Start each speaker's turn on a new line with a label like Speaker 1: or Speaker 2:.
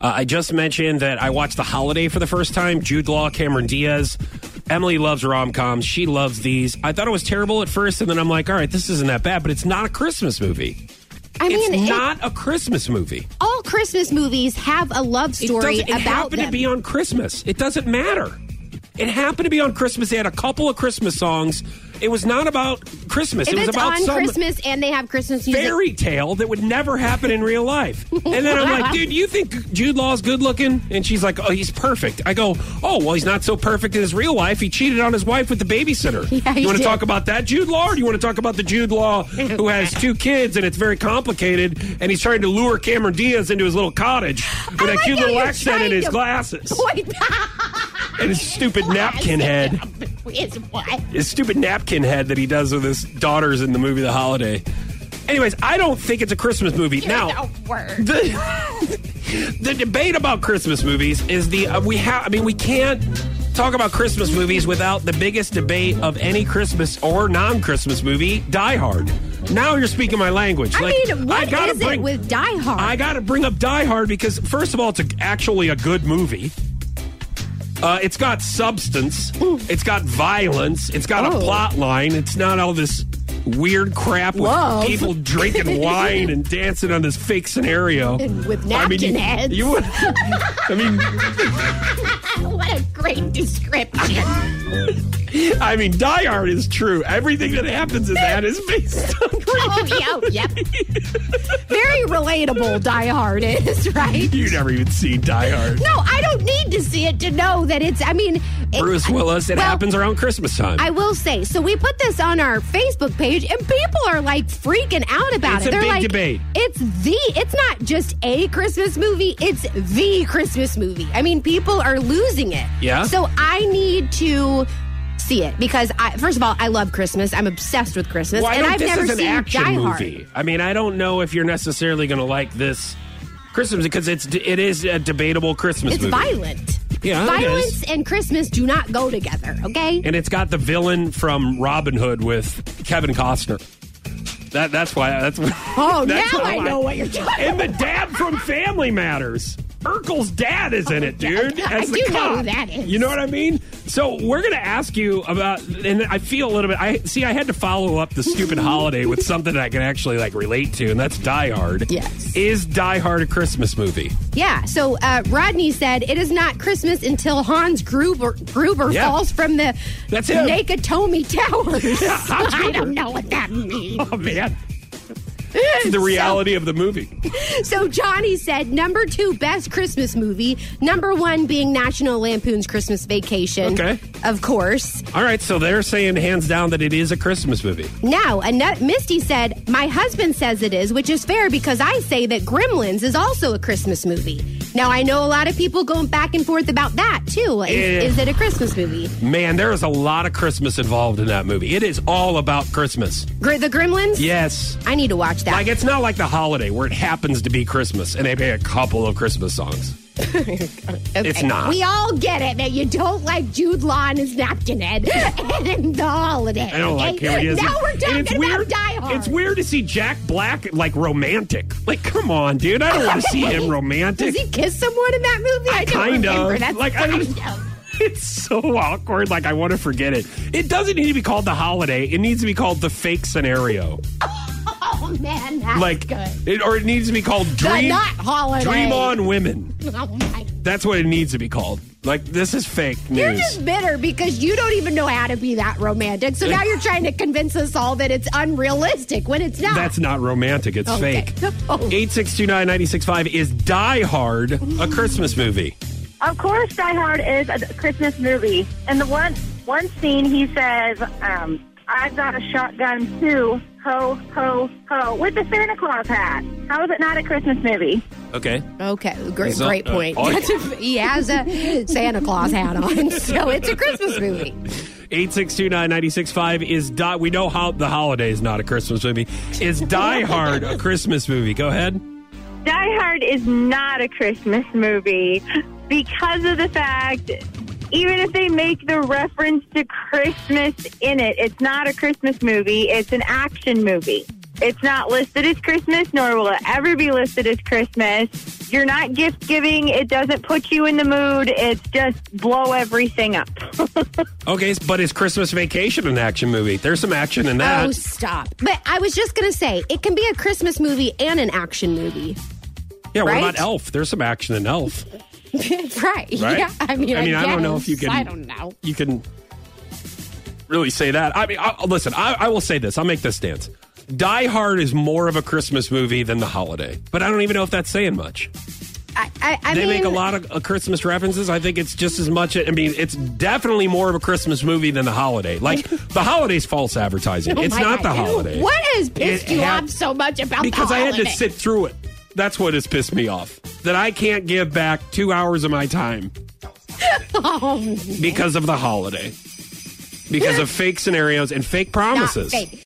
Speaker 1: Uh, I just mentioned that I watched The Holiday for the first time. Jude Law, Cameron Diaz. Emily loves rom coms. She loves these. I thought it was terrible at first, and then I'm like, all right, this isn't that bad, but it's not a Christmas movie.
Speaker 2: I mean,
Speaker 1: it's
Speaker 2: it-
Speaker 1: not a Christmas movie.
Speaker 2: all Christmas movies have a love story
Speaker 1: it doesn't- it
Speaker 2: about
Speaker 1: happened
Speaker 2: them.
Speaker 1: to be on Christmas. It doesn't matter. It happened to be on Christmas. They had a couple of Christmas songs. It was not about Christmas.
Speaker 2: if
Speaker 1: it was
Speaker 2: it's
Speaker 1: about
Speaker 2: on
Speaker 1: some
Speaker 2: Christmas and they have Christmas music,
Speaker 1: fairy tale that would never happen in real life. And then I'm like, dude, you think Jude Law's good looking? And she's like, oh, he's perfect. I go, oh, well, he's not so perfect in his real life. He cheated on his wife with the babysitter.
Speaker 2: Yeah, he
Speaker 1: you want to
Speaker 2: did.
Speaker 1: talk about that Jude Law, or do you want to talk about the Jude Law who has two kids and it's very complicated and he's trying to lure Cameron Diaz into his little cottage with
Speaker 2: I
Speaker 1: that
Speaker 2: like
Speaker 1: cute
Speaker 2: how
Speaker 1: little
Speaker 2: you're
Speaker 1: accent and
Speaker 2: trying
Speaker 1: his
Speaker 2: to
Speaker 1: glasses
Speaker 2: Point
Speaker 1: and his stupid napkin head.
Speaker 2: Is what?
Speaker 1: his stupid napkin head that he does with his daughters in the movie The Holiday. Anyways, I don't think it's a Christmas movie. now, the, the debate about Christmas movies is the uh, we have. I mean, we can't talk about Christmas movies without the biggest debate of any Christmas or non-Christmas movie, Die Hard. Now you're speaking my language.
Speaker 2: I
Speaker 1: Like,
Speaker 2: mean, what
Speaker 1: I
Speaker 2: is
Speaker 1: gotta
Speaker 2: it
Speaker 1: bring-
Speaker 2: with Die Hard?
Speaker 1: I got to bring up Die Hard because, first of all, it's a, actually a good movie. Uh, it's got substance. It's got violence. It's got a
Speaker 2: Oh.
Speaker 1: plot line. It's not all this weird crap with
Speaker 2: Love.
Speaker 1: people drinking wine and dancing on this fake scenario
Speaker 2: And with
Speaker 1: I mean,
Speaker 2: napkin
Speaker 1: you-
Speaker 2: heads.
Speaker 1: You, would. I mean,
Speaker 2: what a great description.
Speaker 1: I mean, Die Hard is true. Everything that happens in that is based on real.
Speaker 2: oh, yeah, yep. Very relatable, Die Hard is, right?
Speaker 1: You never even see Die Hard.
Speaker 2: No, I don't need to see it to know that it's, I mean, it-
Speaker 1: Bruce Willis. It
Speaker 2: Well,
Speaker 1: happens around Christmas time.
Speaker 2: I will say, so we put this on our Facebook page, and people are like freaking out about
Speaker 1: It's
Speaker 2: it.
Speaker 1: a
Speaker 2: They're
Speaker 1: big
Speaker 2: like,
Speaker 1: debate.
Speaker 2: It's the. It's not just a Christmas movie. It's the Christmas movie. I mean, people are losing it.
Speaker 1: Yeah?
Speaker 2: So I need to see it because I, first of all, I love Christmas. I'm obsessed with Christmas,
Speaker 1: Well, I
Speaker 2: and
Speaker 1: don't-
Speaker 2: I've
Speaker 1: this
Speaker 2: never
Speaker 1: is an
Speaker 2: seen
Speaker 1: action
Speaker 2: Die Hard.
Speaker 1: movie. I mean, I don't know if you're necessarily going to like this Christmas because it's it is a debatable Christmas
Speaker 2: It's
Speaker 1: movie.
Speaker 2: violent.
Speaker 1: Yeah, it
Speaker 2: violence
Speaker 1: is.
Speaker 2: and Christmas do not go together. Okay.
Speaker 1: And it's got the villain from Robin Hood with Kevin Costner. That that's why that's
Speaker 2: Oh,
Speaker 1: that's
Speaker 2: now
Speaker 1: how
Speaker 2: I know what you're talking
Speaker 1: And the dad from Family Matters. Urkel's dad is in it, dude.
Speaker 2: Oh, yeah,
Speaker 1: as
Speaker 2: I
Speaker 1: the
Speaker 2: do know
Speaker 1: cop.
Speaker 2: who that is.
Speaker 1: You know what I mean? So we're gonna ask you about, and I feel a little bit. I see. I had to follow up the stupid holiday with something that I can actually like relate to, and that's Die Hard.
Speaker 2: Yes.
Speaker 1: Is Die Hard a Christmas movie?
Speaker 2: Yeah. So uh, Rodney said it is not Christmas until Hans Gruber, Gruber
Speaker 1: Yeah.
Speaker 2: falls from the
Speaker 1: That's him.
Speaker 2: Nakatomi Towers.
Speaker 1: Yeah, Hans
Speaker 2: I
Speaker 1: Gruber.
Speaker 2: don't know what that means.
Speaker 1: Oh man. It's the reality of the movie.
Speaker 2: So Johnny said number two best Christmas movie. Number one being National Lampoon's Christmas Vacation.
Speaker 1: Okay.
Speaker 2: Of course.
Speaker 1: All right, so they're saying hands down that it is a Christmas movie.
Speaker 2: Now, ano- Misty said, My husband says it is, which is fair because I say that Gremlins is also a Christmas movie. Now, I know a lot of people going back and forth about that too. Is,
Speaker 1: Eh.
Speaker 2: is it a Christmas movie?
Speaker 1: Man, there is a lot of Christmas involved in that movie. It is all about Christmas.
Speaker 2: Gr- the Gremlins?
Speaker 1: Yes.
Speaker 2: I need to watch that.
Speaker 1: Like it's not like the holiday where it happens to be Christmas and they play a couple of Christmas songs.
Speaker 2: Okay.
Speaker 1: it's not.
Speaker 2: We all get it that you don't like Jude Law and his napkin head and the holiday.
Speaker 1: I don't like
Speaker 2: okay?
Speaker 1: him. He doesn't-
Speaker 2: Now we're
Speaker 1: and
Speaker 2: talking
Speaker 1: it's
Speaker 2: about
Speaker 1: weird,
Speaker 2: Die Hard.
Speaker 1: It's weird to see Jack Black like romantic. Like, come on, dude. I don't want to see him romantic.
Speaker 2: Does he kiss someone in that movie? I don't
Speaker 1: kind
Speaker 2: remember.
Speaker 1: of.
Speaker 2: That's
Speaker 1: like I
Speaker 2: kind
Speaker 1: don't-
Speaker 2: of.
Speaker 1: It's so awkward. Like I want to forget it. It doesn't need to be called the holiday. It needs to be called the fake scenario.
Speaker 2: Oh man, that's
Speaker 1: like
Speaker 2: good.
Speaker 1: it, or it needs to be called dream.
Speaker 2: not holiday.
Speaker 1: Dream on women.
Speaker 2: Oh my.
Speaker 1: That's what it needs to be called. Like this is fake news.
Speaker 2: You're just bitter because you don't even know how to be that romantic. So now you're trying to convince us all that it's unrealistic when it's not.
Speaker 1: That's not romantic. It's
Speaker 2: Okay.
Speaker 1: fake.
Speaker 2: Oh.
Speaker 1: 8629965 is Die Hard a Christmas movie?
Speaker 3: Of course, Die Hard is a Christmas movie, and the one one scene he says, um, "I've got a shotgun too, ho ho ho," with the Santa Claus hat. How is it not a Christmas movie?
Speaker 1: Okay.
Speaker 2: Okay, great,
Speaker 1: Is that-
Speaker 2: great point.
Speaker 1: uh, oh,
Speaker 2: That's a- he has a Santa Claus hat on, so it's a Christmas movie.
Speaker 1: 8629965 is Die We know how the holiday is not a Christmas movie. Is Die Hard a Christmas movie? Go ahead.
Speaker 3: Die Hard is not a Christmas movie because of the fact, even if they make the reference to Christmas in it, it's not a Christmas movie. It's an action movie. It's not listed as Christmas, nor will it ever be listed as Christmas. You're not gift giving. It doesn't put you in the mood. It's just blow everything up.
Speaker 1: Okay, but it's Christmas Vacation an action movie? There's some action in that.
Speaker 2: Oh, stop. But I was just going to say, it can be a Christmas movie and an action movie.
Speaker 1: yeah, what
Speaker 2: right?
Speaker 1: about Elf? There's some action in Elf.
Speaker 2: right.
Speaker 1: Right?
Speaker 2: Yeah. I mean,
Speaker 1: I,
Speaker 2: I,
Speaker 1: mean, I don't know
Speaker 2: guess.
Speaker 1: if you can.
Speaker 2: I don't know.
Speaker 1: You can really say that. I mean, I, listen, I, I will say this. I'll make this stance. Die Hard is more of a Christmas movie than The Holiday, but I don't even know if that's saying much.
Speaker 2: I, I, I
Speaker 1: they
Speaker 2: mean,
Speaker 1: make a lot of uh, Christmas references. I think it's just as much. I mean, it's definitely more of a Christmas movie than The Holiday. Like The Holiday's false advertising.
Speaker 2: Oh
Speaker 1: it's
Speaker 2: my
Speaker 1: not The
Speaker 2: God.
Speaker 1: Holiday.
Speaker 2: What has pissed
Speaker 1: It
Speaker 2: you
Speaker 1: had-
Speaker 2: off so much about the
Speaker 1: because I had to
Speaker 2: holiday?
Speaker 1: sit through it. That's what has pissed me off. That I can't give back two hours of my time
Speaker 2: Oh,
Speaker 1: because of the holiday, because of fake scenarios and fake
Speaker 2: not
Speaker 1: promises.
Speaker 2: fake.